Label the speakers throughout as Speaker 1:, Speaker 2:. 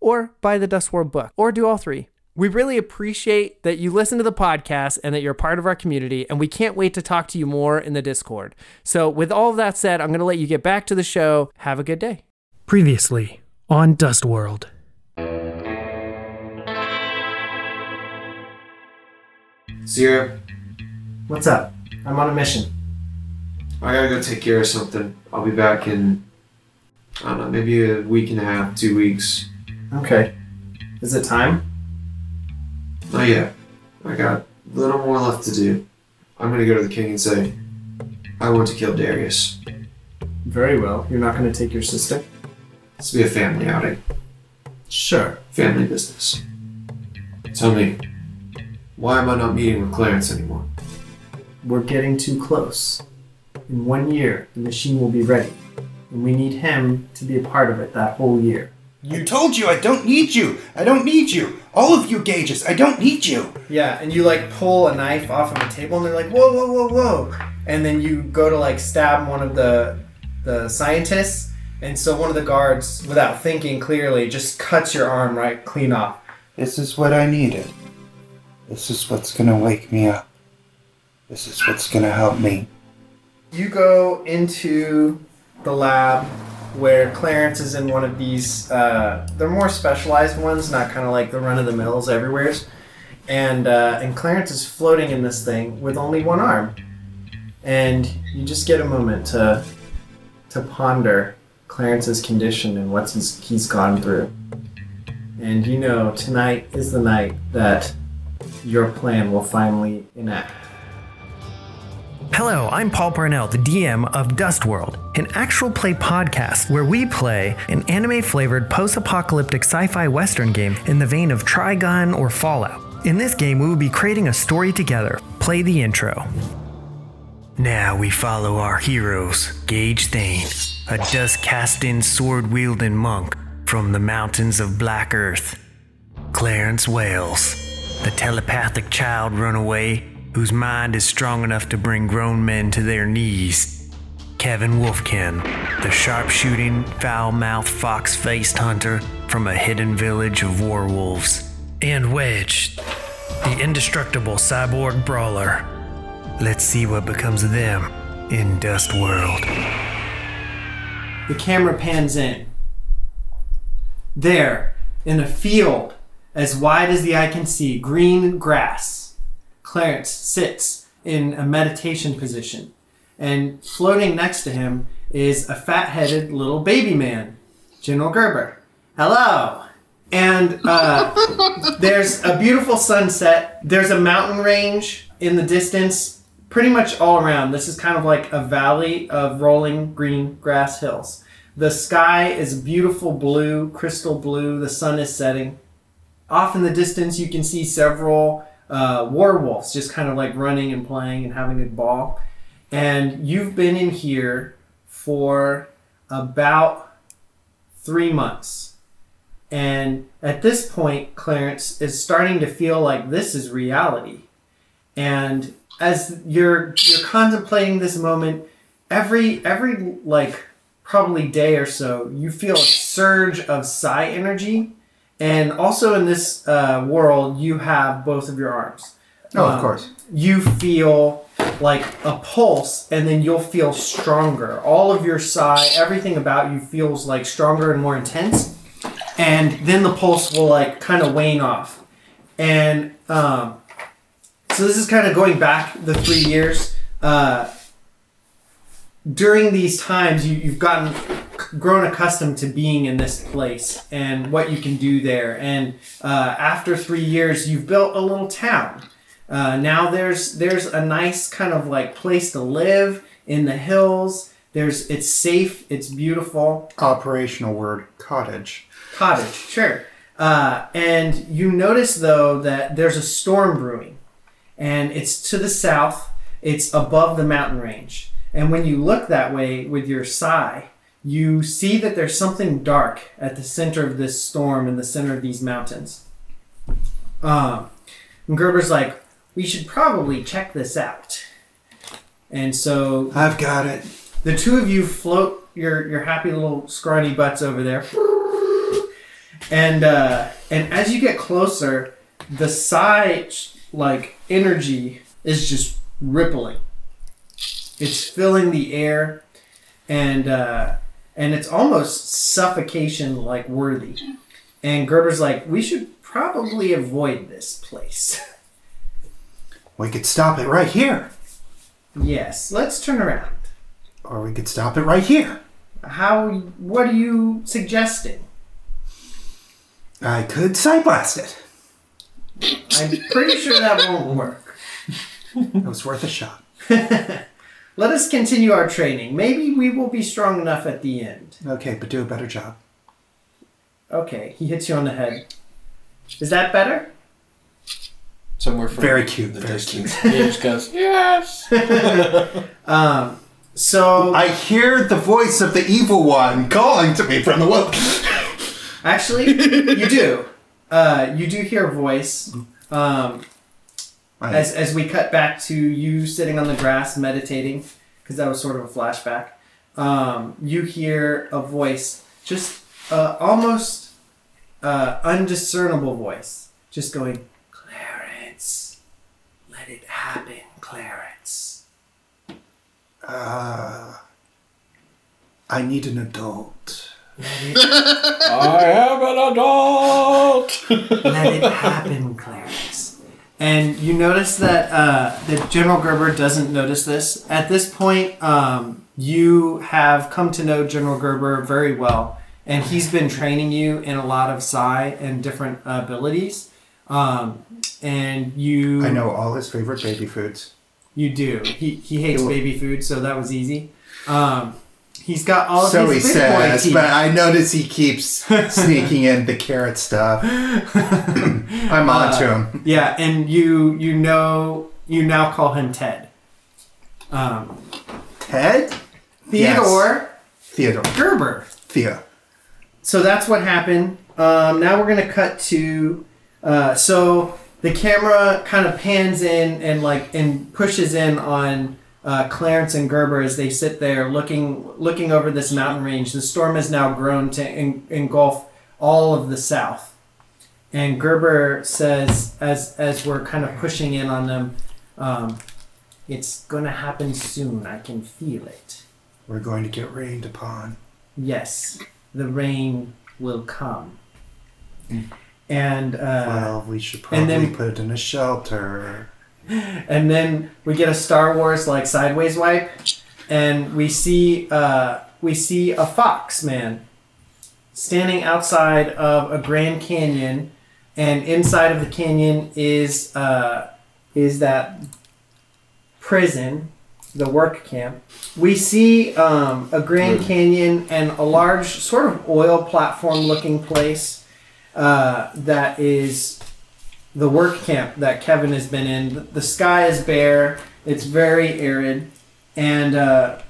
Speaker 1: or buy the Dust World book or do all three. We really appreciate that you listen to the podcast and that you're a part of our community, and we can't wait to talk to you more in the Discord. So, with all of that said, I'm going to let you get back to the show. Have a good day.
Speaker 2: Previously on Dust World.
Speaker 3: Zero,
Speaker 1: What's up? I'm on a mission.
Speaker 3: I gotta go take care of something. I'll be back in, I don't know, maybe a week and a half, two weeks.
Speaker 1: Okay. Is it time?
Speaker 3: Not yet. I got a little more left to do. I'm gonna go to the king and say, I want to kill Darius.
Speaker 1: Very well. You're not going to take your sister?
Speaker 3: This will be a family outing,
Speaker 1: Sure.
Speaker 3: family business. Tell me, why am I not meeting with Clarence anymore?
Speaker 1: We're getting too close. In one year, the machine will be ready, and we need him to be a part of it that whole year.
Speaker 4: You told you I don't need you. I don't need you. All of you gauges, I don't need you.
Speaker 1: Yeah, and you like pull a knife off of a table, and they're like, "Whoa, whoa, whoa, whoa!" And then you go to like stab one of the the scientists, and so one of the guards, without thinking clearly, just cuts your arm right clean off.
Speaker 5: This is what I needed. This is what's gonna wake me up. This is what's gonna help me.
Speaker 1: You go into the lab where Clarence is in one of these. Uh, they're more specialized ones, not kind of like the run of the mills everywhere's. And uh, and Clarence is floating in this thing with only one arm, and you just get a moment to to ponder Clarence's condition and what he's, he's gone through. And you know tonight is the night that your plan will finally enact.
Speaker 2: Hello, I'm Paul Parnell, the DM of Dust World, an actual play podcast where we play an anime flavored post apocalyptic sci fi western game in the vein of Trigun or Fallout. In this game, we will be creating a story together. Play the intro. Now we follow our heroes, Gage Thane, a dust casting, sword wielding monk from the mountains of Black Earth. Clarence Wales, the telepathic child runaway whose mind is strong enough to bring grown men to their knees. Kevin Wolfkin, the sharpshooting, foul mouthed, fox faced hunter from a hidden village of werewolves. and Wedge, the indestructible cyborg brawler. Let's see what becomes of them in Dust World.
Speaker 6: The camera pans in. There, in a field as wide as the eye can see, green grass, Clarence sits in a meditation position. And floating next to him is a fat headed little baby man, General Gerber. Hello! And uh, there's a beautiful sunset. There's a mountain range in the distance, pretty much all around. This is kind of like a valley of rolling green grass hills. The sky is beautiful blue, crystal blue. The sun is setting. Off in the distance, you can see several uh, werewolves just kind of like running and playing and having a ball. And you've been in here for about three months. And at this point, Clarence is starting to feel like this is reality. And as you're you're contemplating this moment, every every like probably day or so, you feel a surge of psi energy. And also in this uh, world, you have both of your arms.
Speaker 5: Oh,
Speaker 6: Um,
Speaker 5: of course.
Speaker 6: You feel like a pulse, and then you'll feel stronger. All of your psi, everything about you feels like stronger and more intense and then the pulse will like kind of wane off and um, so this is kind of going back the three years uh, during these times you, you've gotten grown accustomed to being in this place and what you can do there and uh, after three years you've built a little town uh, now there's there's a nice kind of like place to live in the hills there's it's safe it's beautiful
Speaker 5: Operational word cottage.
Speaker 6: cottage, sure. Uh, and you notice though that there's a storm brewing, and it's to the south. It's above the mountain range, and when you look that way with your psi, you see that there's something dark at the center of this storm in the center of these mountains. Um, and Gerber's like, we should probably check this out. And so
Speaker 5: I've got it.
Speaker 6: the two of you float your your happy little scrawny butts over there, and uh, and as you get closer, the psi like energy is just rippling. It's filling the air, and uh, and it's almost suffocation like worthy. And Gerber's like, we should probably avoid this place.
Speaker 5: We could stop it right here,
Speaker 6: yes, let's turn around.
Speaker 5: or we could stop it right here.
Speaker 6: How? What are you suggesting?
Speaker 5: I could blast it.
Speaker 6: I'm pretty sure that won't work.
Speaker 5: It was worth a shot.
Speaker 6: Let us continue our training. Maybe we will be strong enough at the end.
Speaker 5: Okay, but do a better job.
Speaker 6: Okay, he hits you on the head. Is that better?
Speaker 7: Somewhere from
Speaker 5: Very cute,
Speaker 7: the
Speaker 5: very
Speaker 7: distance. He just goes, yes!
Speaker 6: So
Speaker 5: I hear the voice of the evil one calling to me from the wood.
Speaker 6: actually, you do. Uh, you do hear a voice. Um, as as we cut back to you sitting on the grass meditating, because that was sort of a flashback. Um, you hear a voice, just uh, almost uh, undiscernible voice, just going, Clarence, let it happen, Clarence.
Speaker 5: I need an adult.
Speaker 7: I am an adult!
Speaker 6: Let it happen, Clarence. And you notice that uh, that General Gerber doesn't notice this. At this point, um, you have come to know General Gerber very well, and he's been training you in a lot of psi and different abilities. Um, and you,
Speaker 5: I know all his favorite baby foods.
Speaker 6: you do. He, he hates baby food, so that was easy. Um, he's got all of
Speaker 5: So he
Speaker 6: his big boy
Speaker 5: says,
Speaker 6: teeth.
Speaker 5: but I notice he keeps sneaking in the carrot stuff. I'm on to him.
Speaker 6: Yeah, and you you know you now call him Ted. Um,
Speaker 5: Ted?
Speaker 6: Theodore
Speaker 5: Theodore.
Speaker 6: Gerber.
Speaker 5: Theo.
Speaker 6: So that's what happened. Um, now we're gonna cut to. Uh, so the camera kind of pans in and like and pushes in on uh, Clarence and Gerber as they sit there looking looking over this mountain range. The storm has now grown to en- engulf all of the south, And Gerber says, as as we're kind of pushing in on them, um, it's gonna happen soon. I can feel it.
Speaker 5: We're going to get rained upon.
Speaker 6: Yes, the rain will come. And uh,
Speaker 5: Well, we should
Speaker 6: and
Speaker 5: probably
Speaker 6: then-
Speaker 5: put it in a shelter.
Speaker 6: and then we get a Star Wars like sideways wipe, and we see uh, we see a fox man standing outside of a Grand Canyon, and inside of the canyon is uh, is that prison, the work camp. We see um, a Grand Canyon and a large sort of oil platform looking place uh, that is the work camp that Kevin has been in. The sky is bare. It's very arid, and uh,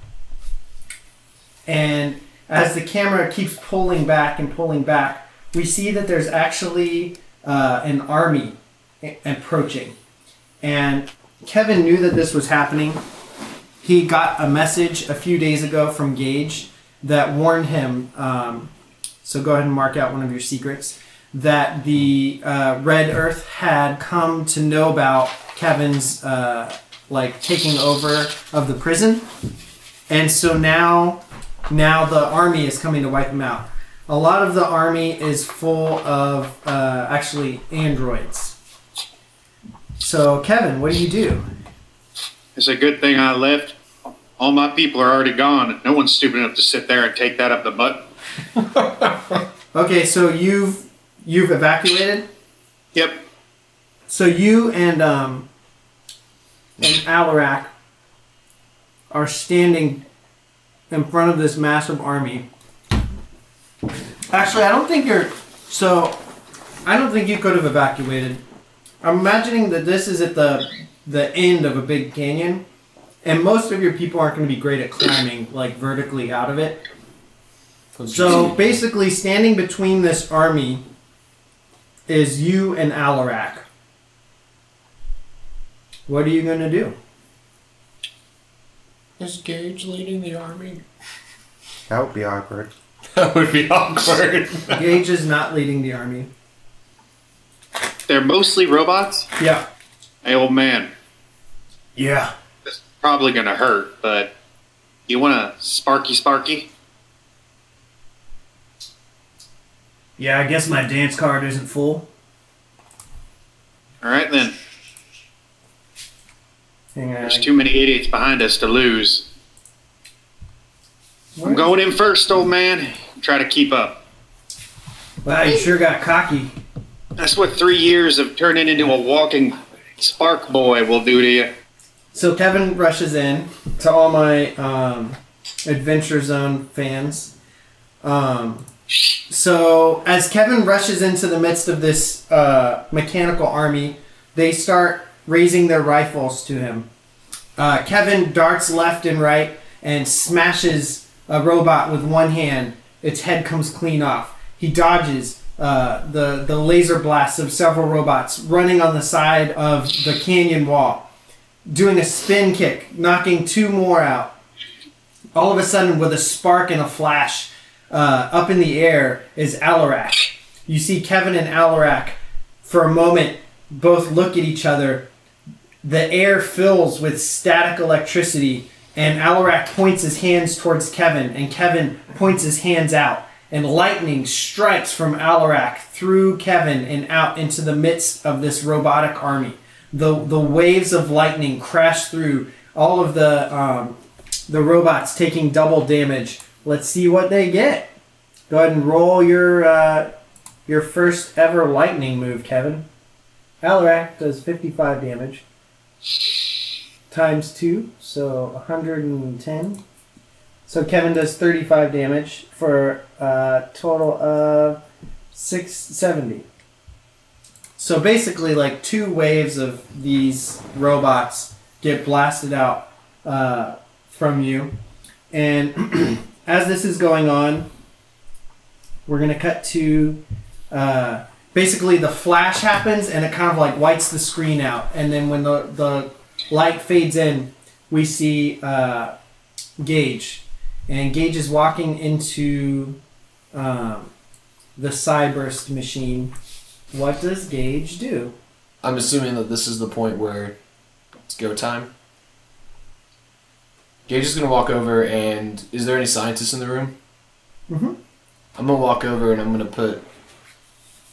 Speaker 6: and as the camera keeps pulling back and pulling back, we see that there's actually uh, an army a- approaching, and Kevin knew that this was happening. He got a message a few days ago from Gage that warned him. Um, so go ahead and mark out one of your secrets that the uh, Red Earth had come to know about Kevin's uh, like taking over of the prison, and so now now the army is coming to wipe him out. A lot of the army is full of uh, actually androids. So Kevin, what do you do?
Speaker 8: It's a good thing I left. All my people are already gone. No one's stupid enough to sit there and take that up the butt.
Speaker 6: Okay, so you've you've evacuated.
Speaker 8: Yep.
Speaker 6: So you and um and Alarak are standing in front of this massive army. Actually, I don't think you're so I don't think you could have evacuated. I'm imagining that this is at the the end of a big canyon and most of your people aren't going to be great at climbing like vertically out of it. So basically, standing between this army is you and Alarak. What are you gonna do?
Speaker 9: Is Gage leading the army?
Speaker 5: That would be awkward.
Speaker 9: That would be awkward.
Speaker 6: Gage is not leading the army.
Speaker 8: They're mostly robots.
Speaker 6: Yeah.
Speaker 8: Hey, old man,
Speaker 6: Yeah.
Speaker 8: that's probably going to hurt, but you want a sparky sparky?
Speaker 6: Yeah, I guess my dance card isn't full.
Speaker 8: All right, then.
Speaker 6: Hang on.
Speaker 8: There's too many idiots behind us to lose. I'm going in first, old man. Try to keep up.
Speaker 6: Wow, you sure got cocky.
Speaker 8: That's what three years of turning into a walking spark boy will do to you.
Speaker 6: So Kevin rushes in to all my um, Adventure Zone fans. Um, so as Kevin rushes into the midst of this uh, mechanical army, they start raising their rifles to him. Uh, Kevin darts left and right and smashes a robot with one hand. Its head comes clean off. He dodges uh, the the laser blasts of several robots running on the side of the canyon wall doing a spin kick, knocking two more out. All of a sudden, with a spark and a flash, uh, up in the air is Alarak. You see Kevin and Alarak for a moment both look at each other. The air fills with static electricity, and Alarak points his hands towards Kevin, and Kevin points his hands out. And lightning strikes from Alarak through Kevin and out into the midst of this robotic army the the waves of lightning crash through all of the um, the robots taking double damage. Let's see what they get. Go ahead and roll your uh, your first ever lightning move, Kevin. Alarak does 55 damage times two, so 110. So Kevin does 35 damage for a total of 670. So basically, like two waves of these robots get blasted out uh, from you, and as this is going on, we're gonna cut to uh, basically the flash happens and it kind of like whites the screen out, and then when the the light fades in, we see uh, Gage, and Gage is walking into um, the Cyburst machine What does Gage do?
Speaker 7: I'm assuming that this is the point where it's go time. Gage is gonna walk over and is there any scientists in the room? Mm-hmm. I'm gonna walk over and I'm gonna put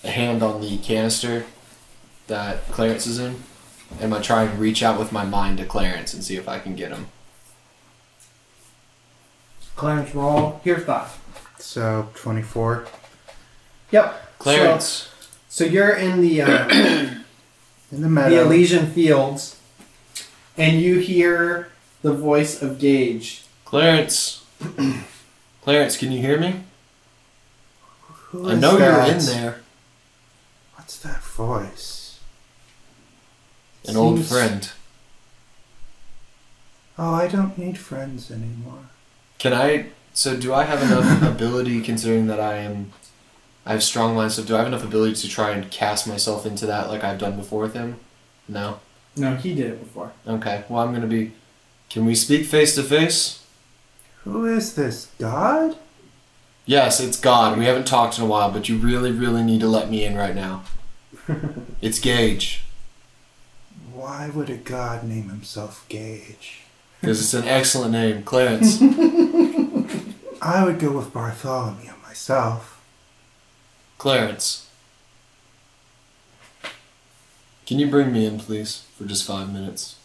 Speaker 7: a hand on the canister that Clarence is in, and I'm gonna try and reach out with my mind to Clarence and see if I can get him.
Speaker 6: Clarence roll. Here's five.
Speaker 5: So, 24.
Speaker 6: Yep.
Speaker 7: Clarence.
Speaker 6: So, so you're in the uh,
Speaker 5: In the
Speaker 6: the
Speaker 5: meadow.
Speaker 6: Elysian fields, and you hear the voice of Gage.
Speaker 7: Clarence. Clarence, can you hear me?
Speaker 5: Who
Speaker 7: I
Speaker 5: is
Speaker 7: know
Speaker 5: that?
Speaker 7: you're in there.
Speaker 5: What's that voice?
Speaker 7: An old
Speaker 5: Seems-
Speaker 7: friend.
Speaker 5: Oh, I don't need friends anymore.
Speaker 7: Can I? So do I have enough ability, considering that I am, I have strong mind. So do I have enough ability to try and cast myself into that like I've done before with him? No.
Speaker 6: No, he did it before.
Speaker 7: Okay. Well, I'm gonna be. Can we speak face to face?
Speaker 5: Who is this? God?
Speaker 7: Yes, it's God. We haven't talked in a while, but you really, really need to let me in right now. it's Gage,
Speaker 5: Why would a god name himself Gage?
Speaker 7: because it's an excellent name, Clarence.
Speaker 5: I would go with Bartholomew myself.
Speaker 7: Clarence. Can you bring me in, please, for just five minutes?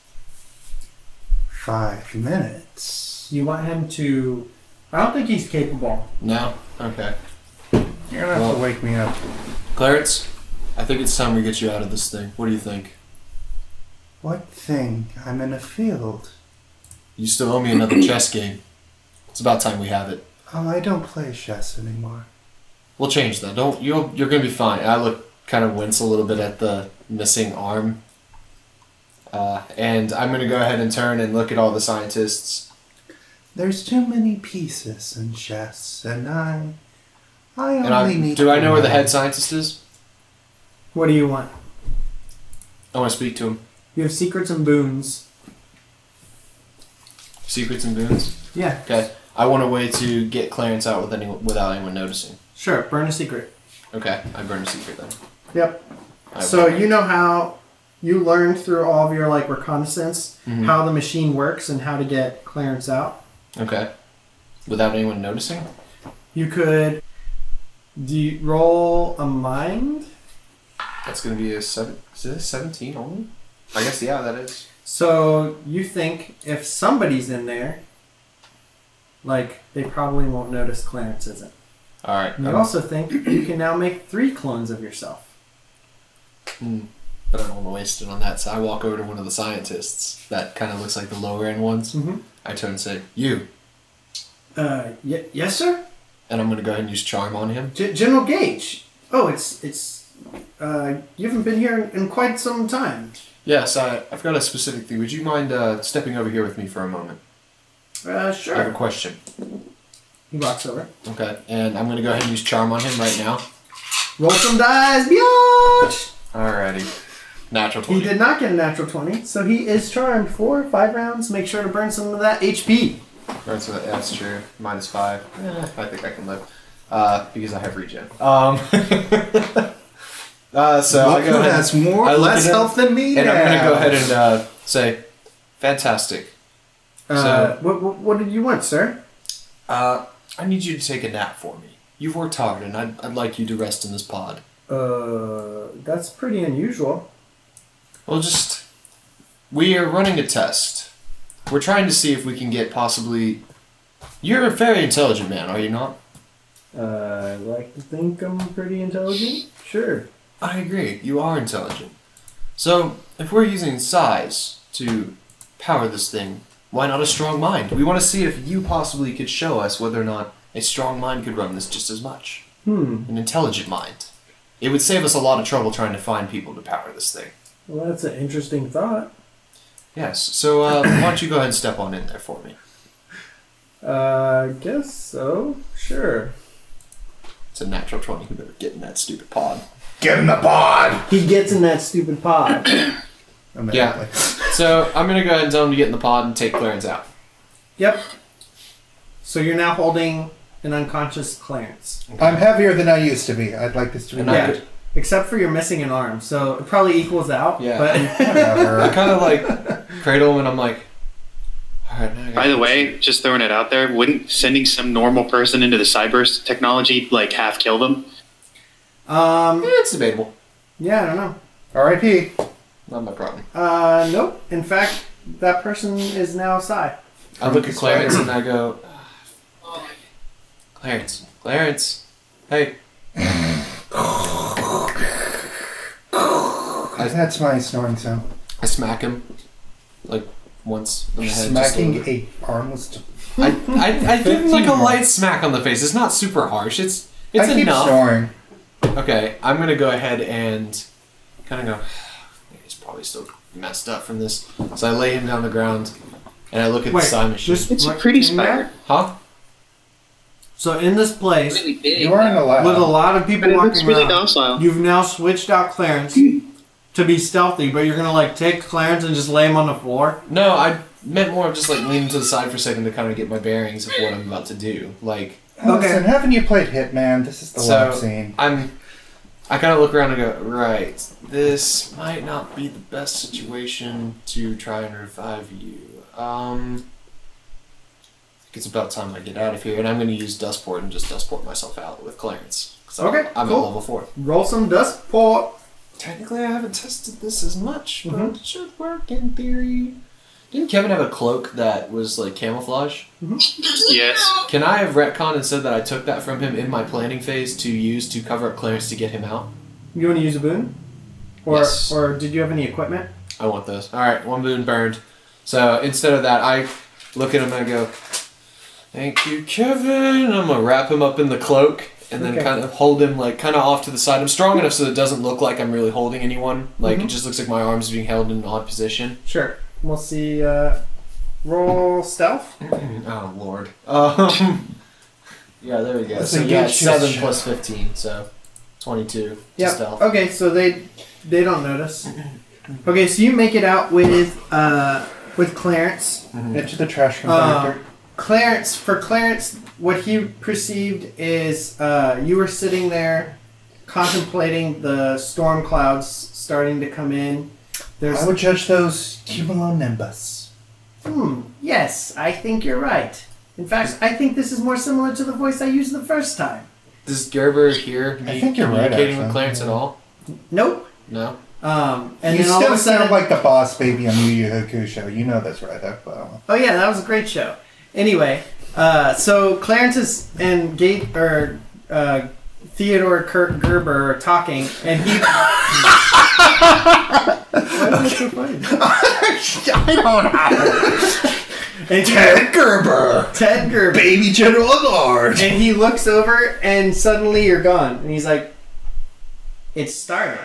Speaker 5: Five minutes.
Speaker 6: You want him to? I don't think he's capable.
Speaker 7: No. Okay.
Speaker 5: You're gonna have
Speaker 7: Well-
Speaker 5: to wake me up.
Speaker 7: Clarence, I think it's time we get you out of this thing. What do you think?
Speaker 5: What thing? I'm in a field.
Speaker 7: You still owe me another chess game. It's about time we have it.
Speaker 5: Oh, I don't play chess anymore.
Speaker 7: We'll change that. Don't you? You're gonna be fine. I look kind of wince a little bit at the missing arm, uh, and I'm gonna go ahead and turn and look at all the scientists.
Speaker 5: There's too many pieces in chess, and I, I only
Speaker 7: And I
Speaker 5: need.
Speaker 7: do I know where the
Speaker 5: one.
Speaker 7: head scientist is?
Speaker 6: What do you want?
Speaker 7: I want to speak to him.
Speaker 6: You have secrets and boons.
Speaker 7: Secrets and boons.
Speaker 6: Yeah.
Speaker 7: Okay. I want a way to get Clarence out with any, without anyone noticing.
Speaker 6: Sure. Burn a secret.
Speaker 7: Okay, I burn a secret then.
Speaker 6: Yep.
Speaker 7: I
Speaker 6: So
Speaker 7: will.
Speaker 6: you know how you learned through all of your like reconnaissance
Speaker 7: Mm-hmm.
Speaker 6: how the machine works and how to get Clarence out.
Speaker 7: okay, without anyone noticing.
Speaker 6: You could do you roll a mind.
Speaker 7: That's gonna be a seven. Is it a seventeen only? I guess yeah, that is.
Speaker 6: So you think if somebody's in there, like they probably won't notice Clarence isn't.
Speaker 7: All right.
Speaker 6: And you
Speaker 7: um,
Speaker 6: also think you can now make three clones of yourself.
Speaker 7: hmm, but I don't want to waste it on that, so I walk over to one of the scientists that kind of looks like the lower end ones.
Speaker 6: Mhm.
Speaker 7: I turn and say, "You,"
Speaker 6: Uh, y- yes, sir.
Speaker 7: and I'm gonna go ahead and use charm on him.
Speaker 6: G- General Gage. Oh, it's it's. Uh, you haven't been here in, in quite some time.
Speaker 7: Yes, I, I've got a specific thing. Would you mind uh, stepping over here with me for a moment?
Speaker 6: Uh,
Speaker 7: I have a
Speaker 6: sure.
Speaker 7: question.
Speaker 6: He walks over.
Speaker 7: Okay, and I'm gonna go ahead and use charm on him right now.
Speaker 6: Roll some dice, biatch.
Speaker 7: Alrighty. Natural
Speaker 6: He
Speaker 7: twenty.
Speaker 6: did not get a natural twenty, so he is charmed for five rounds. Make sure to burn some of that HP.
Speaker 7: Right, so that's true. Minus five. Eh, I think I can live. Uh, because I have regen. Um. uh, so I
Speaker 5: Look
Speaker 7: go
Speaker 5: who
Speaker 7: ahead.
Speaker 5: has more
Speaker 7: I look
Speaker 5: less
Speaker 7: at him,
Speaker 5: health than me
Speaker 7: and
Speaker 5: now.
Speaker 7: I'm gonna go ahead and uh, say, fantastic.
Speaker 6: Uh, what, what, what did you want, sir?
Speaker 7: Uh, I need you to take a nap for me. You've worked hard, and I'd, I'd like you to rest in this pod.
Speaker 6: Uh, that's pretty unusual.
Speaker 7: Well, just we are running a test. We're trying to see if we can get possibly. You're a very intelligent man, are you not?
Speaker 6: Uh, I like to think I'm pretty intelligent. Sure.
Speaker 7: I agree. You are intelligent. So, if we're using size to power this thing, why not a strong mind? We want to see if you possibly could show us whether or not a strong mind could run this just as much.
Speaker 6: Hmm.
Speaker 7: An intelligent mind. It would save us a lot of trouble trying to find people to power this thing.
Speaker 6: Well, that's an interesting thought.
Speaker 7: Yes. So, uh, why don't you go ahead and step on in there for me?
Speaker 6: Uh, guess so. Sure.
Speaker 7: It's a natural 20. You better get in that stupid pod.
Speaker 5: get in the pod.
Speaker 6: He gets in that stupid pod.
Speaker 7: Yeah. so, I'm going to go ahead and tell him to get in the pod and take Clarence out.
Speaker 6: yep. So you're now holding an unconscious Clarence.
Speaker 5: I'm heavier than I used to be. I'd like this to be.
Speaker 7: And
Speaker 5: noted.
Speaker 7: I,
Speaker 6: except for you're missing an arm, so it probably equals out.
Speaker 7: Yeah.
Speaker 6: But
Speaker 7: I kind of like cradle him and I'm like, all right, now I
Speaker 8: By
Speaker 7: got
Speaker 8: the way, just throwing it out there, wouldn't sending some normal person into the cyber technology like half kill them?
Speaker 6: um,
Speaker 7: It's debatable.
Speaker 6: yeah, I don't know.
Speaker 5: R.I.P.
Speaker 7: Not my problem.
Speaker 6: Uh, nope. In fact, that person is now Psy.
Speaker 7: I look at Clarence and I go, "Ah, Clarence, Clarence, hey,
Speaker 5: That's my snoring sound.
Speaker 7: I smack him like once on the head. just a little
Speaker 5: Smacking
Speaker 7: bit.
Speaker 5: a armless. T-
Speaker 7: I, I, I give him like a
Speaker 5: 15
Speaker 7: light smack on the face. It's not super harsh. It's
Speaker 5: I
Speaker 7: it's
Speaker 5: keep
Speaker 7: enough.
Speaker 5: snoring.
Speaker 7: Okay, I'm gonna go ahead and kind of go. He's probably still messed up from this. So I lay him down on the ground and I look at
Speaker 6: Wait,
Speaker 7: the side machine.
Speaker 6: just-
Speaker 8: It's a
Speaker 6: Right
Speaker 8: pretty
Speaker 6: in there?
Speaker 8: spider.
Speaker 7: Huh?
Speaker 6: So in this place
Speaker 10: Really big.
Speaker 5: You are in a lab.
Speaker 6: with a lot of people
Speaker 8: But it looks
Speaker 6: walking
Speaker 8: really
Speaker 6: around,
Speaker 8: docile.
Speaker 6: you've now switched out Clarence to be stealthy, but you're gonna like take Clarence and just lay him on the floor.
Speaker 7: No, I meant more of just like leaning to the side for a second to kind of get my bearings of what I'm about to do. Like
Speaker 5: Listen, haven't you played Hitman? This is the
Speaker 7: So-
Speaker 5: lab scene.
Speaker 7: I'm, I kind of look around and go, right, this might not be the best situation to try and revive you. Um, I think it's about time I get out of here, and I'm going to use Dustport and just Dustport myself out with Clarence. 'cause I'm-
Speaker 6: Okay,
Speaker 7: I'm
Speaker 6: cool.
Speaker 7: at level four.
Speaker 6: Roll some dust port.
Speaker 7: Technically, I haven't tested this as much, but
Speaker 6: Mm-hmm.
Speaker 7: it should work in theory. Didn't Kevin have a cloak that was like camouflage?
Speaker 8: Yes.
Speaker 7: Can I have retcon and said that I took that from him in my planning phase to use to cover up Clarence to get him out?
Speaker 6: You want to use a boon, or
Speaker 7: Yes.
Speaker 6: or did you have any equipment?
Speaker 7: I want those. All right, one boon burned. So instead of that, I look at him and I go, "Thank you, Kevin." I'm gonna wrap him up in the cloak and then
Speaker 6: Okay.
Speaker 7: kind of hold him like kind of off to the side. I'm strong enough so it doesn't look like I'm really holding anyone. Like
Speaker 6: Mm-hmm.
Speaker 7: it just looks like my arms being held in an odd position.
Speaker 6: Sure. We'll see. Uh, roll stealth.
Speaker 7: Oh lord. Um, yeah, there we go.
Speaker 5: Let's
Speaker 7: So yeah,
Speaker 5: engage
Speaker 7: it's
Speaker 5: your
Speaker 7: seven
Speaker 5: shot.
Speaker 7: plus fifteen, so twenty-two. to
Speaker 6: Yep.
Speaker 7: stealth.
Speaker 6: Okay, so they they don't notice. Okay, so you make it out with uh, with Clarence.
Speaker 5: Into the trash can
Speaker 6: Uh,
Speaker 5: compactor.
Speaker 6: Clarence, for Clarence, what he perceived is uh, you were sitting there contemplating the storm clouds starting to come in. There's,
Speaker 5: I would judge those cumulonimbus.
Speaker 6: hmm, yes, I think you're right. In fact, I think this is more similar to the voice I used the first time.
Speaker 7: Does Gerber hear me
Speaker 5: I think you're right,
Speaker 7: communicating with
Speaker 5: actually.
Speaker 7: Clarence at all?
Speaker 6: Nope.
Speaker 7: No.
Speaker 6: Um, and
Speaker 5: you
Speaker 6: then all
Speaker 5: still
Speaker 6: of a sudden,
Speaker 5: sound like the boss baby on Yu Yu Hakusho. You know that's right. That uh, well.
Speaker 6: Oh yeah, that was a great show. Anyway, uh, so Clarence is, and Gate or uh, Theodore Kurt Gerber are talking, and he. Why is it so funny?
Speaker 5: I don't know.
Speaker 6: And
Speaker 5: Ted Gerber,
Speaker 6: Ted Gerber,
Speaker 5: baby general at large.
Speaker 6: and he looks over, and suddenly you're gone, and he's like, "It started."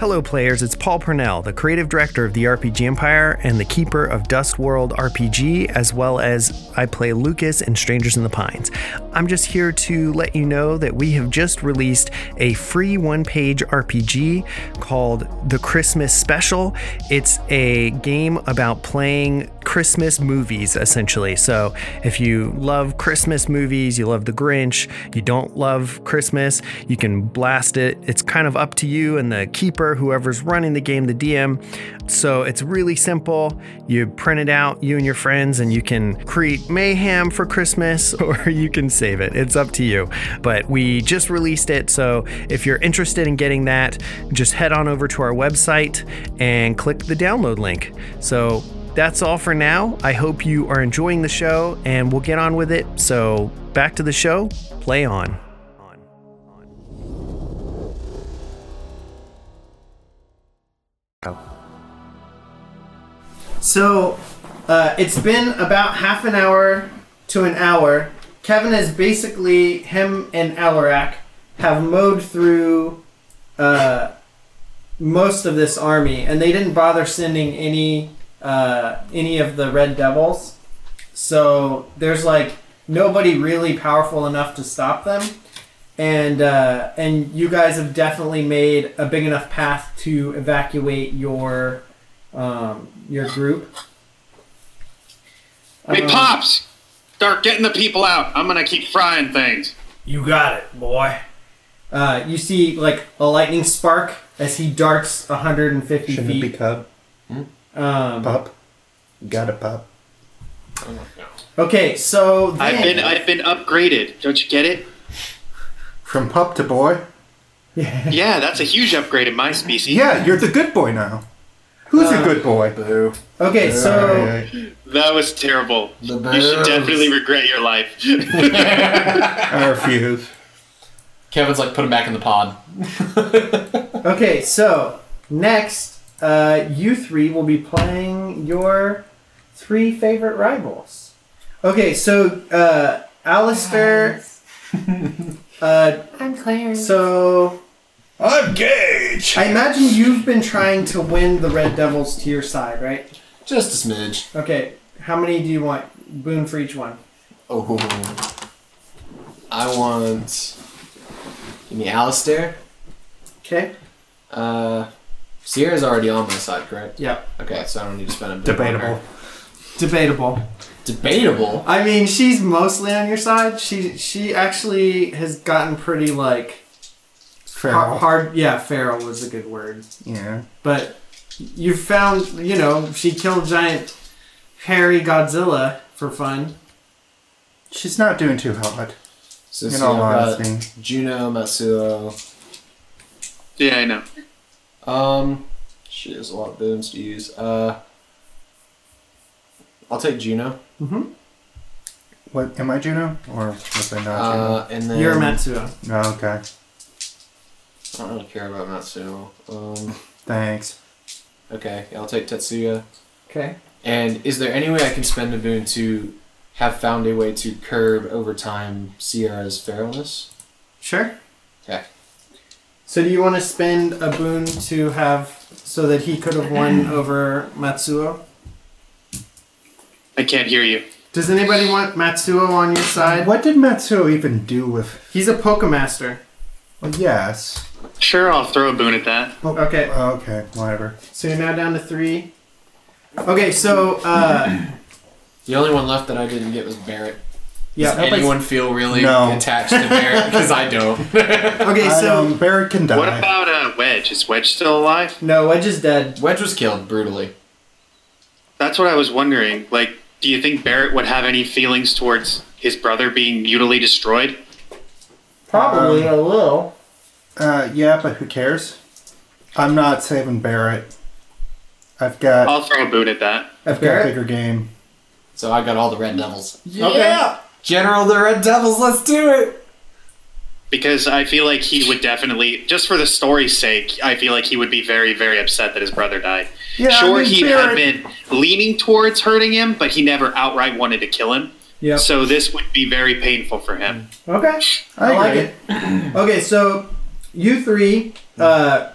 Speaker 2: Hello, players. It's Paul Purnell, the creative director of the RPG Empire and the keeper of Dust World RPG, as well as I play Lucas in Strangers in the Pines. I'm just here to let you know that we have just released a free one page RPG called The Christmas Special. It's a game about playing Christmas movies, essentially. So if you love Christmas movies, you love The Grinch, you don't love Christmas, you can blast it. It's kind of up to you and the keeper, whoever's running the game, the DM. So it's really simple. You print it out, you and your friends, and you can create mayhem for Christmas or you can save it. It's up to you. But we just released it. So if you're interested in getting that, just head on over to our website and click the download link. So that's all for now. I hope you are enjoying the show and we'll get on with it. So back to the show, play on.
Speaker 6: So, uh, it's been about half an hour to an hour. Kevin has basically him and Alarak have mowed through uh, most of this army, and they didn't bother sending any uh, any of the Red Devils. So there's like nobody really powerful enough to stop them, and uh, and you guys have definitely made a big enough path to evacuate your um, your group.
Speaker 8: Hey,
Speaker 6: Um,
Speaker 8: Pops! Start getting the people out. I'm gonna keep frying things.
Speaker 6: You got it, boy. Uh, you see, like, a lightning spark as he darts 150
Speaker 5: Shouldn't it
Speaker 6: feet.
Speaker 5: be cub?
Speaker 6: um,
Speaker 5: Pup? Got to pup.
Speaker 6: okay, so then,
Speaker 8: I've been I've been upgraded. Don't you get it?
Speaker 5: From pup to boy?
Speaker 8: Yeah, that's a huge upgrade in my species.
Speaker 5: Yeah, you're the good boy now. Who's
Speaker 6: Uh,
Speaker 5: a good boy?
Speaker 7: Boo.
Speaker 6: okay, so
Speaker 5: Uh,
Speaker 8: That was terrible.
Speaker 7: The
Speaker 8: You should
Speaker 7: boobs.
Speaker 8: definitely regret your life.
Speaker 5: I refuse.
Speaker 7: Kevin's like, put him back in the pod.
Speaker 6: okay, so next, uh, you three will be playing your three favorite rivals. Okay, so uh, Alistair. Uh,
Speaker 11: I'm Clarence.
Speaker 6: so
Speaker 5: I'm Gage!
Speaker 6: I imagine you've been trying to win the Red Devils to your side, right?
Speaker 7: Just a smidge.
Speaker 6: Okay, how many do you want? Boon for each one.
Speaker 7: Oh. I want. Give me Alistair.
Speaker 6: Okay.
Speaker 7: Uh, Sierra's already on my side, correct?
Speaker 6: Yep.
Speaker 7: Okay, so I don't need to spend a bit on
Speaker 5: Debatable.
Speaker 7: her.
Speaker 6: Debatable.
Speaker 7: Debatable?
Speaker 6: I mean, she's mostly on your side. She she actually has gotten pretty like har-
Speaker 5: Feral.
Speaker 6: hard. Yeah, feral was a good word.
Speaker 5: Yeah.
Speaker 6: But you found you know she killed giant hairy Godzilla for fun.
Speaker 5: She's not doing too hot,
Speaker 7: So,
Speaker 5: in
Speaker 7: so
Speaker 5: all
Speaker 7: I've got
Speaker 5: honesty.
Speaker 7: Juno, Matsuo.
Speaker 8: yeah, I know.
Speaker 7: Um, shit, there's a lot of booms to use. Uh, I'll take Juno.
Speaker 5: What, am I Juno? Or was I not Juno?
Speaker 7: Uh, and then
Speaker 6: You're a Matsuo.
Speaker 5: Oh, okay.
Speaker 7: I don't really care about Matsuo. Um,
Speaker 5: Thanks.
Speaker 7: okay, I'll take Tetsuya.
Speaker 6: Okay.
Speaker 7: And is there any way I can spend a boon to have found a way to curb over time Sierra's feralness?
Speaker 6: Sure.
Speaker 7: Okay.
Speaker 6: So do you want to spend a boon to have so that he could have won over Matsuo?
Speaker 8: I can't hear you.
Speaker 6: Does anybody want Matsuo on your side?
Speaker 5: What did Matsuo even do with.
Speaker 6: He's a Pokemaster.
Speaker 5: Well, yes. Oh,
Speaker 8: Sure, I'll throw a boon at that.
Speaker 6: Okay.
Speaker 5: Okay, whatever.
Speaker 6: So you're now down to three. Okay, so uh,
Speaker 7: The only one left that I didn't get was Barrett. Does
Speaker 6: yeah.
Speaker 7: anyone feel really
Speaker 5: No.
Speaker 7: attached to Barrett? Because I don't.
Speaker 6: Okay,
Speaker 5: I,
Speaker 6: so
Speaker 5: um, Barrett can die.
Speaker 8: What about uh, Wedge? Is Wedge still alive?
Speaker 6: no, Wedge is dead.
Speaker 7: Wedge was killed brutally.
Speaker 8: That's what I was wondering. Like, do you think Barrett would have any feelings towards his brother being mutually destroyed?
Speaker 6: Probably a little.
Speaker 5: Um, Uh, yeah, but who cares? I'm not saving Barrett. I've got
Speaker 8: I'll throw a boon at that.
Speaker 5: I've got a
Speaker 6: Uh, Barrett?
Speaker 5: bigger game.
Speaker 7: So I got all the Red Devils.
Speaker 6: Yeah.
Speaker 7: General the Red Devils, let's do it!
Speaker 8: Because I feel like he would definitely, just for the story's sake, I feel like he would be very, very upset that his brother died.
Speaker 5: Yeah, I
Speaker 8: sure,
Speaker 5: mean,
Speaker 8: he
Speaker 5: Barrett-
Speaker 8: had been leaning towards hurting him, but he never outright wanted to kill him.
Speaker 6: Yep.
Speaker 8: So this would be very painful for him.
Speaker 6: Okay.
Speaker 5: I,
Speaker 6: I like
Speaker 5: agree.
Speaker 6: it. Okay, so you three, uh,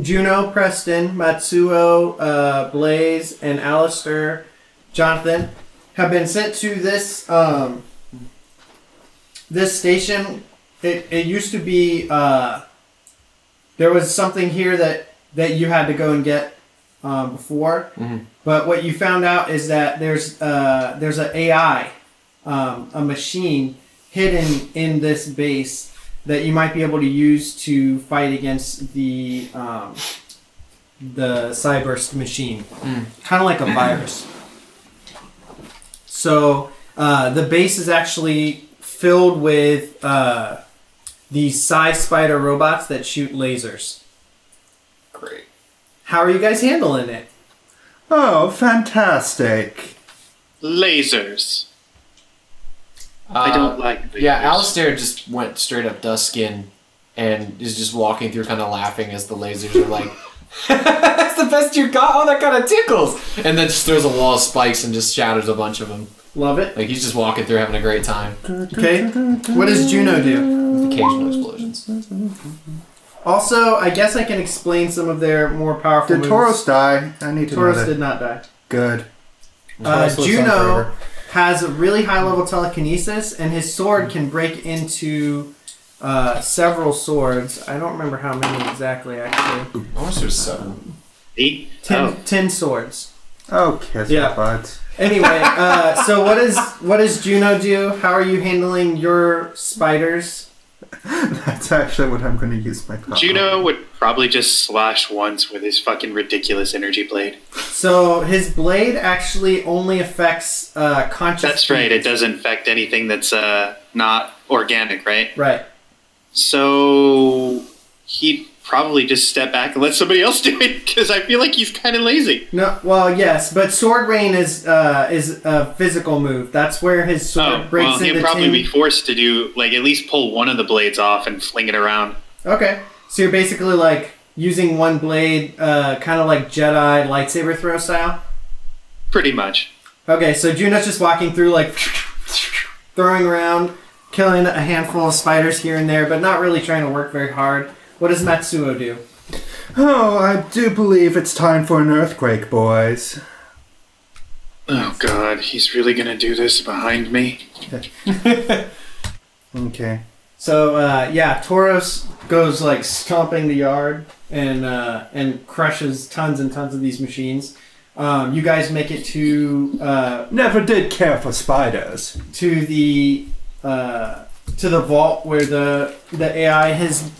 Speaker 6: Juno, Preston, Matsuo, uh, Blaze, and Alistair, Jonathan, have been sent to this um, this station. It, it used to be uh, there was something here that that you had to go and get um, before, but what you found out is that there's uh, there's an AI, um, a machine hidden in this base that you might be able to use to fight against the um, the cyburst machine, kind of like a virus. So uh, the base is actually filled with uh, these side spider robots that shoot lasers.
Speaker 7: Great.
Speaker 6: How are you guys handling it?
Speaker 5: Oh, fantastic.
Speaker 8: Lasers.
Speaker 7: Uh,
Speaker 8: I don't like lasers.
Speaker 7: Yeah, Alistair just went straight up Duskin and is just walking through, kind of laughing as the lasers are like, That's the best you got? Oh, that kind of tickles! And then just throws a wall of spikes and just shatters a bunch of them.
Speaker 6: Love it.
Speaker 7: Like, he's just walking through having a great time.
Speaker 6: Okay. What does Juno do?
Speaker 7: Occasional explosions.
Speaker 6: Also, I guess I can explain some of their more powerful
Speaker 5: Did
Speaker 6: moves.
Speaker 5: Tauros die? I need to know
Speaker 6: Tauros
Speaker 5: that.
Speaker 6: did not die.
Speaker 5: Good.
Speaker 6: Uh,
Speaker 5: Tauros lives on
Speaker 6: Juno
Speaker 5: forever.
Speaker 6: has a really high level telekinesis, and his sword can break into uh, several swords. I don't remember how many exactly,
Speaker 7: Oh.
Speaker 6: actually.
Speaker 7: I wish there was seven.
Speaker 8: See?
Speaker 6: Ten,
Speaker 8: Oh.
Speaker 6: ten swords.
Speaker 5: Oh, kiss
Speaker 6: Yeah.
Speaker 5: my butt.
Speaker 6: Anyway, uh, so what is what does Juno do? How are you handling your spiders?
Speaker 5: That's actually what I'm going to use my power.
Speaker 8: Juno would probably just slash once with his fucking ridiculous energy blade.
Speaker 6: So his blade actually only affects uh, conscious.
Speaker 8: That's right. It doesn't affect anything that's uh, not organic, right?
Speaker 6: Right.
Speaker 8: So he'd probably just step back and let somebody else do it because I feel like he's kind of lazy.
Speaker 6: No. Well, yes, but sword rain is uh, is a physical move. That's where his sword
Speaker 8: Oh,
Speaker 6: breaks
Speaker 8: well, he'll
Speaker 6: into
Speaker 8: probably
Speaker 6: tin.
Speaker 8: be forced to do like at least pull one of the blades off and fling it around.
Speaker 6: Okay. So you're basically like using one blade, uh, kind of like Jedi lightsaber throw style.
Speaker 8: Pretty much.
Speaker 6: Okay, so Juno's just walking through, like throwing around, killing a handful of spiders here and there, but not really trying to work very hard. What does Matsuo do?
Speaker 5: Oh, I do believe it's time for an earthquake, boys.
Speaker 8: Oh god, he's really gonna do this behind me.
Speaker 5: Okay.
Speaker 6: So uh, yeah, Tauros goes like stomping the yard and uh, and crushes tons and tons of these machines. Um, you guys make it to uh,
Speaker 5: Never did care for spiders.
Speaker 6: to the uh, to the vault where the the AI has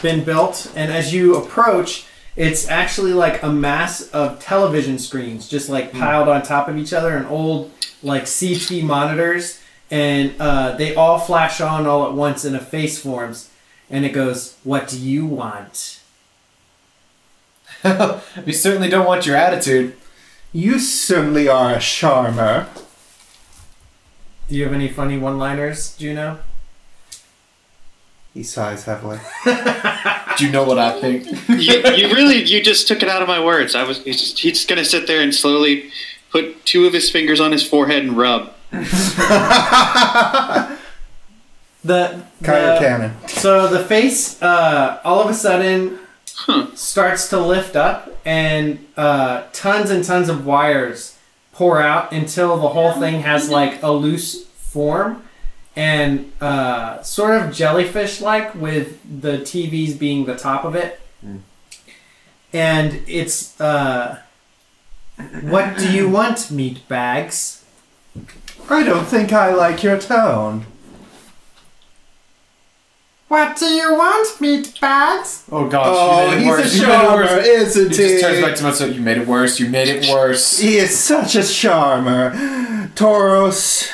Speaker 6: been built, and as you approach, it's actually like a mass of television screens just like piled on top of each other, and old like CT monitors, and uh, they all flash on all at once, and a face forms, and it goes, "What do you want?"
Speaker 7: we certainly don't want your attitude.
Speaker 5: You certainly are a charmer.
Speaker 6: Do you have any funny one-liners, Juno?
Speaker 5: He sighs heavily.
Speaker 7: Do you know what I think?
Speaker 8: you, you really you just took it out of my words. I was he's just, he's just gonna sit there and slowly put two of his fingers on his forehead and rub.
Speaker 6: The, the
Speaker 5: Kylo Cannon.
Speaker 6: So the face, uh, all of a sudden, starts to lift up, and uh, tons and tons of wires pour out until the whole thing has like a loose form and uh, sort of jellyfish like, with the TVs being the top of it.
Speaker 7: Hmm.
Speaker 6: And it's uh, what do you want, meat bags?
Speaker 5: I don't think I like your tone.
Speaker 6: What do you want, meat bags?
Speaker 7: Oh gosh,
Speaker 5: Oh,
Speaker 7: you made it worse.
Speaker 5: he's a
Speaker 7: you made it
Speaker 5: charmer,
Speaker 7: worse.
Speaker 5: isn't
Speaker 7: He
Speaker 5: he?
Speaker 7: just turns back to myself. You made it worse. You made it worse.
Speaker 5: He is such a charmer. Tauros.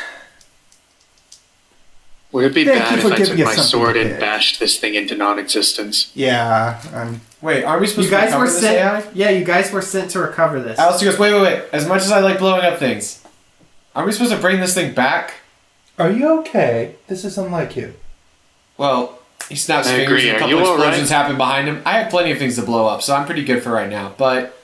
Speaker 8: Would it be
Speaker 5: Thank you
Speaker 8: bad
Speaker 5: for
Speaker 8: if I
Speaker 5: giving
Speaker 8: took my
Speaker 5: us something
Speaker 8: sword
Speaker 5: to
Speaker 8: and
Speaker 5: hit.
Speaker 8: bashed this thing into non-existence?
Speaker 5: Yeah, I'm
Speaker 7: Wait, are we supposed
Speaker 6: You guys
Speaker 7: to
Speaker 6: were
Speaker 7: recover this AI?
Speaker 6: sent. Yeah, you guys were sent to recover this.
Speaker 7: Alistair goes, wait, wait, wait. As much as I like blowing up things, are we supposed to bring this thing back?
Speaker 5: Are you okay? This is unlike you.
Speaker 7: Well, he snaps
Speaker 8: I
Speaker 7: his
Speaker 8: agree.
Speaker 7: fingers. and A
Speaker 8: Are
Speaker 7: couple
Speaker 8: you all
Speaker 7: explosions happen behind him. I have plenty of things to blow up, so I'm pretty good for right now. But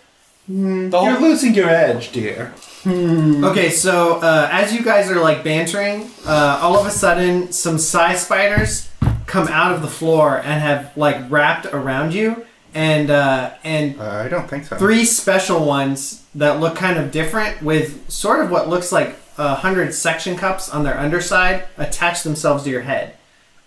Speaker 7: the
Speaker 5: You're
Speaker 7: whole
Speaker 5: losing your edge, dear.
Speaker 6: Okay, so uh, as you guys are like bantering, uh, all of a sudden some size spiders come out of the floor and have like wrapped around you, and uh, and
Speaker 5: Uh, I don't think so.
Speaker 6: three special ones that look kind of different with sort of what looks like a hundred section cups on their underside attach themselves to your head.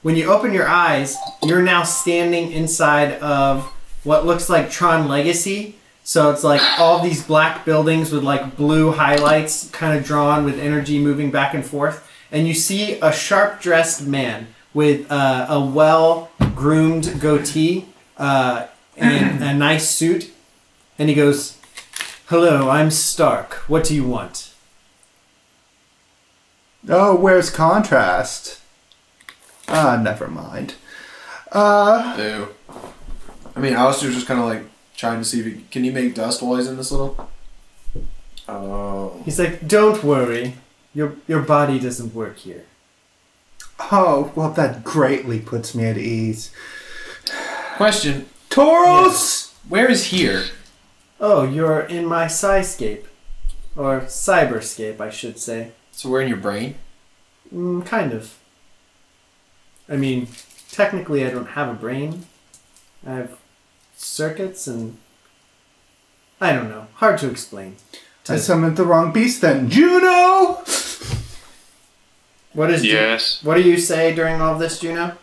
Speaker 6: When you open your eyes, you're now standing inside of what looks like Tron Legacy. So it's like all these black buildings with like blue highlights kind of drawn with energy moving back and forth. And you see a sharp dressed man with uh, a well groomed goatee uh, and a nice suit and he goes, Hello, I'm Stark. What do you want?
Speaker 5: Oh, where's contrast? Ah, never mind. Uh,
Speaker 7: Ew. I mean, Alistair's just kind of like trying to see if he can you make dust while he's in this little. Oh.
Speaker 6: He's like, Don't worry. Your, your body doesn't work here.
Speaker 5: oh, well, that greatly puts me at ease.
Speaker 7: Question:
Speaker 5: Tauros!
Speaker 7: Where is here?
Speaker 6: Oh, you're in my cyscape. Or cyberscape, I should say.
Speaker 7: So we're in your brain.
Speaker 6: Mm, kind of. I mean, technically, I don't have a brain. I have circuits and. I don't know. Hard to explain.
Speaker 5: I summoned the wrong beast then. Juno!
Speaker 6: What is. Ju-
Speaker 8: Yes,
Speaker 6: what do you say during all this, Juno?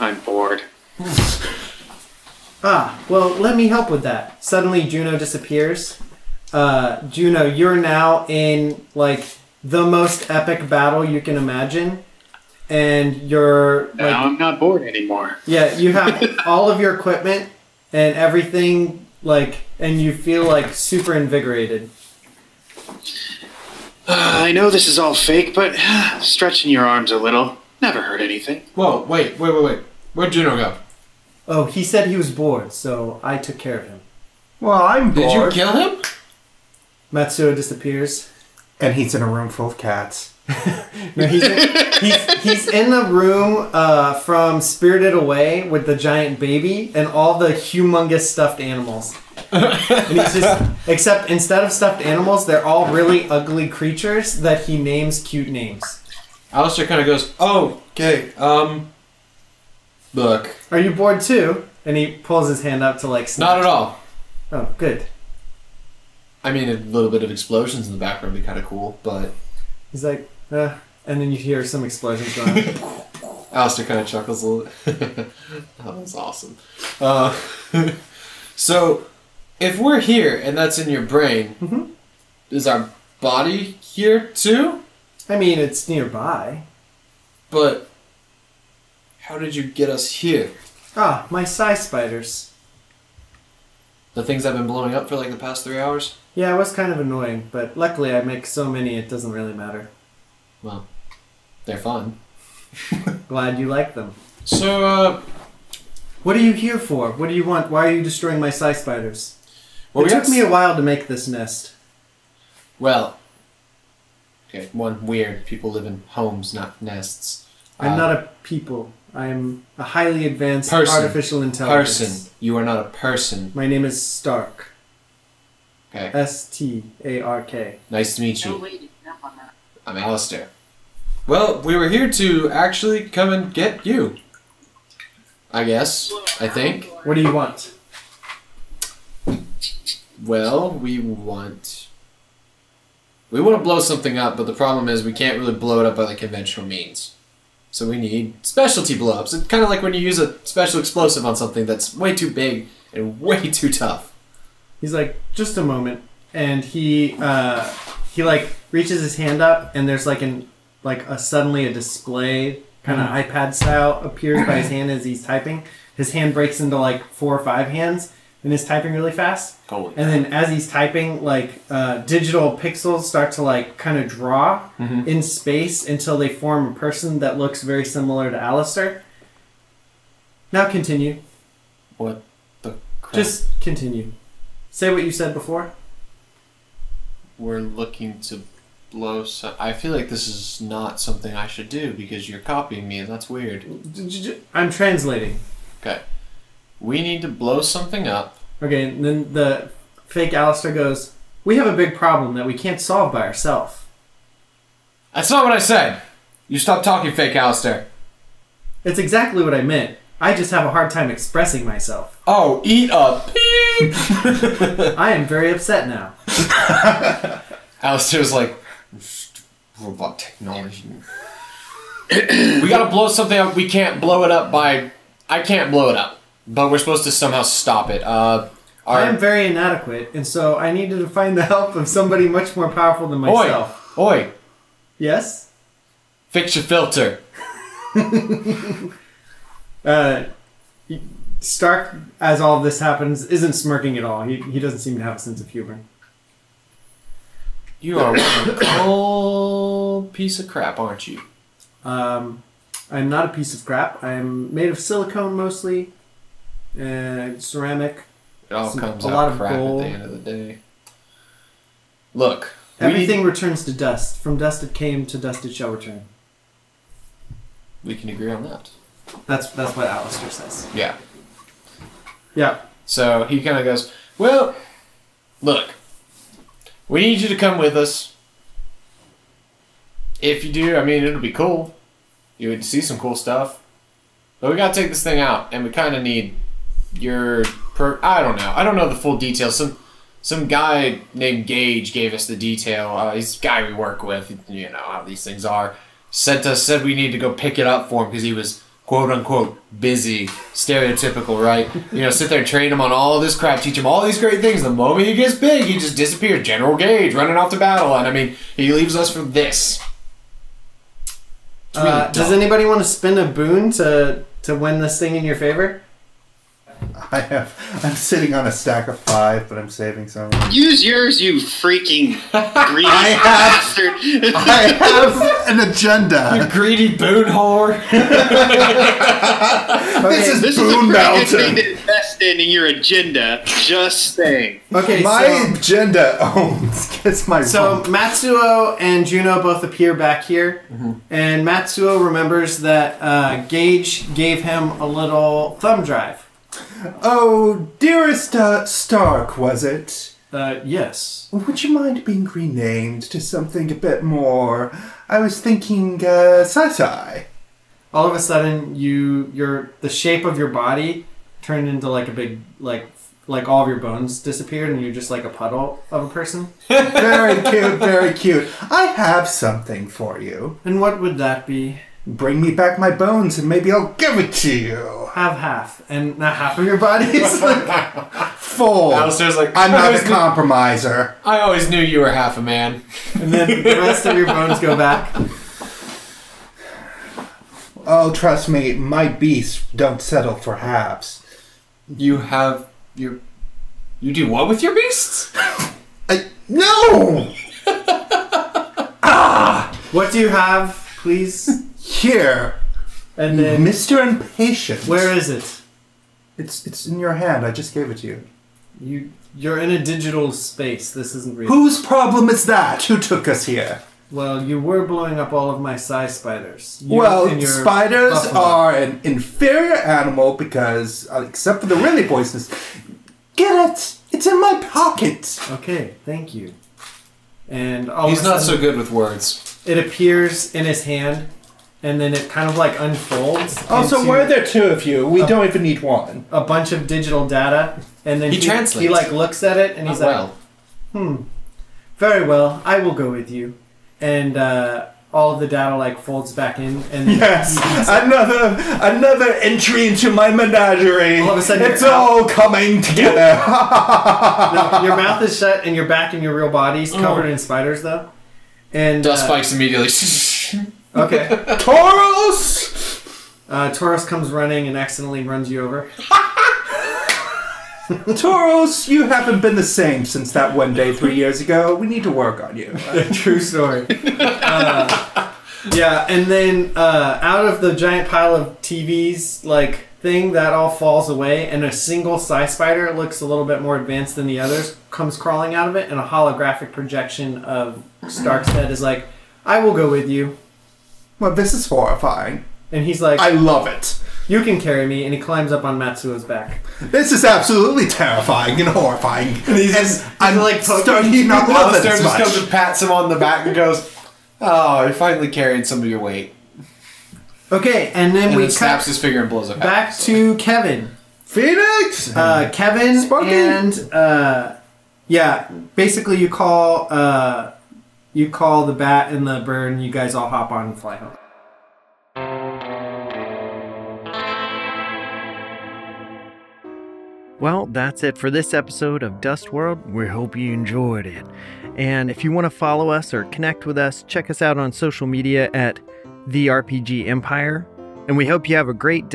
Speaker 8: I'm bored.
Speaker 6: Ah, well, let me help with that. Suddenly, Juno disappears, uh, Juno, you're now in like the most epic battle you can imagine, and you're like,
Speaker 8: now I'm not bored anymore.
Speaker 6: yeah, you have all of your equipment and everything like, and you feel like super invigorated.
Speaker 8: I know this is all fake, but stretching your arms a little never hurt anything.
Speaker 7: Whoa, wait, wait, wait, wait. Where'd Juno go?
Speaker 6: Oh, he said he was bored, so I took care of him.
Speaker 5: Well, I'm
Speaker 7: Did you
Speaker 5: bored.
Speaker 7: kill him?
Speaker 6: Matsuo disappears.
Speaker 5: and he's in a room full of cats.
Speaker 6: No, he's, he's, he's in the room uh, from Spirited Away with the giant baby and all the humongous stuffed animals. and he's just, except instead of stuffed animals, they're all really ugly creatures that he names cute names.
Speaker 7: Alistair kind of goes, oh, okay, um, look.
Speaker 6: Are you bored too? And he pulls his hand up to like
Speaker 7: Not
Speaker 6: snap.
Speaker 7: at all.
Speaker 6: Oh, good.
Speaker 7: I mean, a little bit of explosions in the background would be kind of cool, but
Speaker 6: He's like, uh, and then you hear some explosions going. on.
Speaker 7: Alistair kind of chuckles a little bit. that was awesome. Uh, so, if we're here and that's in your brain,
Speaker 6: Mm-hmm.
Speaker 7: is our body here too?
Speaker 6: I mean, it's nearby.
Speaker 7: But how did you get us here?
Speaker 6: Ah, my size spiders.
Speaker 7: The things I've been blowing up for like the past three hours?
Speaker 6: Yeah, it was kind of annoying, but luckily I make so many it doesn't really matter.
Speaker 7: Well, they're fun.
Speaker 6: Glad you like them.
Speaker 7: So, uh,
Speaker 6: What are you here for? What do you want? Why are you destroying my side spiders?
Speaker 7: well,
Speaker 6: it
Speaker 7: we
Speaker 6: took
Speaker 7: got-
Speaker 6: me a while to make this nest.
Speaker 7: Well, okay, one weird. People live in homes, not nests.
Speaker 6: I'm
Speaker 7: Uh,
Speaker 6: not a people. I'm a highly advanced
Speaker 7: Person.
Speaker 6: artificial intelligence.
Speaker 7: person. You are not a person.
Speaker 6: My name is Stark.
Speaker 7: Okay.
Speaker 6: S T A R K.
Speaker 7: Nice to meet you. I'm Alistair. Well, we were here to actually come and get you. I guess. I think.
Speaker 6: What do you want?
Speaker 7: Well, we want. We want to blow something up, but the problem is we can't really blow it up by the conventional means. So we need specialty blow ups. It's kind of like when you use a special explosive on something that's way too big and way too tough.
Speaker 6: He's like, just a moment, and he uh, he like reaches his hand up, and there's like an like a suddenly a display kind of iPad style appears by his hand as he's typing. His hand breaks into like four or five hands, and is typing really fast.
Speaker 7: Holy
Speaker 6: And then as he's typing, like uh, digital pixels start to like kind of draw in space until they form a person that looks very similar to Alistair. Now continue.
Speaker 7: What the crap?
Speaker 6: Just continue. Say what you said before.
Speaker 7: we're looking to blow. So I feel like this is not something I should do because you're copying me, and that's weird.
Speaker 6: I'm translating.
Speaker 7: Okay, we need to blow something up.
Speaker 6: Okay, and then the fake Alistair goes, We have a big problem that we can't solve by ourselves.
Speaker 7: That's not what I said. You stop talking, fake Alistair.
Speaker 6: It's exactly what I meant. I just have a hard time expressing myself.
Speaker 7: Oh, eat up.
Speaker 6: I am very upset now.
Speaker 7: Alistair's like robot technology. we gotta blow something up. We can't blow it up by. I can't blow it up, but we're supposed to somehow stop it. Uh, our,
Speaker 6: I am very inadequate, and so I needed to find the help of somebody much more powerful than
Speaker 7: oi,
Speaker 6: myself.
Speaker 7: oi,
Speaker 6: Yes?
Speaker 7: fix your filter.
Speaker 6: Uh, Stark, as all this happens, isn't smirking at all. He, he doesn't seem to have a sense of humor.
Speaker 7: You are one cold piece of crap, aren't you?
Speaker 6: Um, I'm not a piece of crap. I'm made of silicone mostly, and ceramic.
Speaker 7: It all
Speaker 6: Some-
Speaker 7: comes
Speaker 6: a
Speaker 7: out
Speaker 6: lot of
Speaker 7: crap
Speaker 6: gold.
Speaker 7: at the end of the day. Look, we-
Speaker 6: Everything returns to dust. From dust it came, to dust it shall return.
Speaker 7: we can agree on that.
Speaker 6: That's that's what Alistair says.
Speaker 7: Yeah.
Speaker 6: Yeah.
Speaker 7: So he kind of goes, Well, look, we need you to come with us. If you do, I mean, it'll be cool. You would see some cool stuff. But we got to take this thing out, and we kind of need your. Per- I don't know. I don't know the full details. Some some guy named Gage gave us the detail. Uh, he's a guy we work with. You know how these things are. Sent us, said we need to go pick it up for him because he was quote unquote busy, stereotypical, right? You know, sit there and train him on all this crap, teach him all these great things. The moment he gets big, he just disappears. General Gage running off to battle, and I mean, he leaves us for this. really
Speaker 9: Uh, does
Speaker 7: dumb.
Speaker 9: anybody want to spin a boon to to win this thing in your favor?
Speaker 5: I have. I'm sitting on a stack of five, but I'm saving some.
Speaker 8: Use yours, you freaking greedy bastard.
Speaker 5: I have an agenda.
Speaker 7: Greedy boon whore.
Speaker 5: This is
Speaker 8: this is a
Speaker 5: Boone
Speaker 8: pretty good thing
Speaker 5: Mountain.
Speaker 8: to invest in in your agenda. Just saying.
Speaker 9: Okay,
Speaker 5: My
Speaker 9: so
Speaker 5: agenda owns gets my
Speaker 9: So
Speaker 5: rump.
Speaker 9: Matsuo and Juno both appear back here, and Matsuo remembers that uh, Gage gave him a little thumb drive.
Speaker 5: Oh, dearest uh, Stark, was it?
Speaker 9: Uh, yes.
Speaker 5: Would you mind being renamed to something a bit more? I was thinking, uh, Sasai.
Speaker 9: All of a sudden, you your the shape of your body turned into like a big like like all of your bones disappeared, and you're just like a puddle of a person.
Speaker 5: Very cute, very cute. I have something for you.
Speaker 9: And what would that be?
Speaker 5: Bring me back my bones and maybe I'll give it to you.
Speaker 9: Have half and not half of your body. It's like,
Speaker 5: Full.
Speaker 7: Alistair's like,
Speaker 5: I'm
Speaker 7: I
Speaker 5: not
Speaker 7: was
Speaker 5: a compromiser.
Speaker 7: I always knew you were half a man.
Speaker 9: and then the rest of your bones go back.
Speaker 5: Oh, trust me, my beasts don't settle for halves.
Speaker 7: You have your. You do what with your beasts?
Speaker 5: I, no! Ah!
Speaker 9: What do you have, please?
Speaker 5: Here,
Speaker 9: And then
Speaker 5: Mr. Impatient.
Speaker 9: where is it?
Speaker 5: It's, it's in your hand. I just gave it to you.
Speaker 9: You you're in a digital space. This isn't real.
Speaker 5: Whose problem is that? Who took us here?
Speaker 9: Well, you were blowing up all of my psi spiders. You
Speaker 5: Well,
Speaker 9: and your
Speaker 5: spiders
Speaker 9: buffalo.
Speaker 5: are an inferior animal because, uh, except for the really poisonous, get it? It's in my pocket.
Speaker 9: Okay, thank you. And all
Speaker 7: He's
Speaker 9: of a
Speaker 7: not so
Speaker 9: sudden,
Speaker 7: good with words.
Speaker 9: It appears in his hand, and then it kind of like unfolds.
Speaker 5: Also,
Speaker 9: into Oh.
Speaker 5: why Oh, are there two of you? We don't even need one.
Speaker 9: a bunch of digital data? And then
Speaker 7: He translates.
Speaker 9: He like looks at it and he's
Speaker 7: Not
Speaker 9: like,
Speaker 7: well.
Speaker 9: "Very well, I will go with you." And uh, all of the data like folds back in, and then
Speaker 5: Yes, another another entry into my menagerie.
Speaker 9: All of a sudden
Speaker 5: it's
Speaker 9: you're out.
Speaker 5: all coming together.
Speaker 9: No, your mouth is shut and your back and your real body's covered in spiders though. And
Speaker 7: Dust
Speaker 9: uh,
Speaker 7: spikes immediately.
Speaker 9: Okay.
Speaker 5: Taurus.
Speaker 9: Uh, Taurus comes running and accidentally runs you over.
Speaker 5: Taurus, you haven't been the same since that one day three years ago. We need to work on you.
Speaker 9: True story. Uh, yeah, and then uh, out of the giant pile of TVs, like thing that all falls away, and a single psi spider looks a little bit more advanced than the others comes crawling out of it, and a holographic projection of Stark's head is like, "I will go with you,"
Speaker 5: Well, this is horrifying.
Speaker 9: and he's like,
Speaker 5: I love it.
Speaker 9: "You can carry me," and he climbs up on Matsuo's back.
Speaker 5: This is absolutely terrifying and horrifying.
Speaker 7: He's
Speaker 5: and
Speaker 7: just-
Speaker 5: I'm
Speaker 7: he's
Speaker 5: like
Speaker 7: like poking-
Speaker 5: starting to not love it
Speaker 7: Alistair
Speaker 5: as
Speaker 7: just comes
Speaker 5: much.
Speaker 7: and pats him on the back and goes, "Oh, you finally carried some of your weight."
Speaker 9: Okay, and then
Speaker 7: And
Speaker 9: we
Speaker 7: then
Speaker 9: cut
Speaker 7: snaps his finger and blows it back.
Speaker 9: back to Kevin.
Speaker 5: Phoenix.
Speaker 9: Uh, Kevin
Speaker 5: Spunky.
Speaker 9: and uh, yeah, basically you call uh, you call the bat and the bird, and you guys all hop on and fly home.
Speaker 2: Well, that's it for this episode of Dust World. We hope you enjoyed it. And if you want to follow us or connect with us, check us out on social media at The RPG Empire. And we hope you have a great day.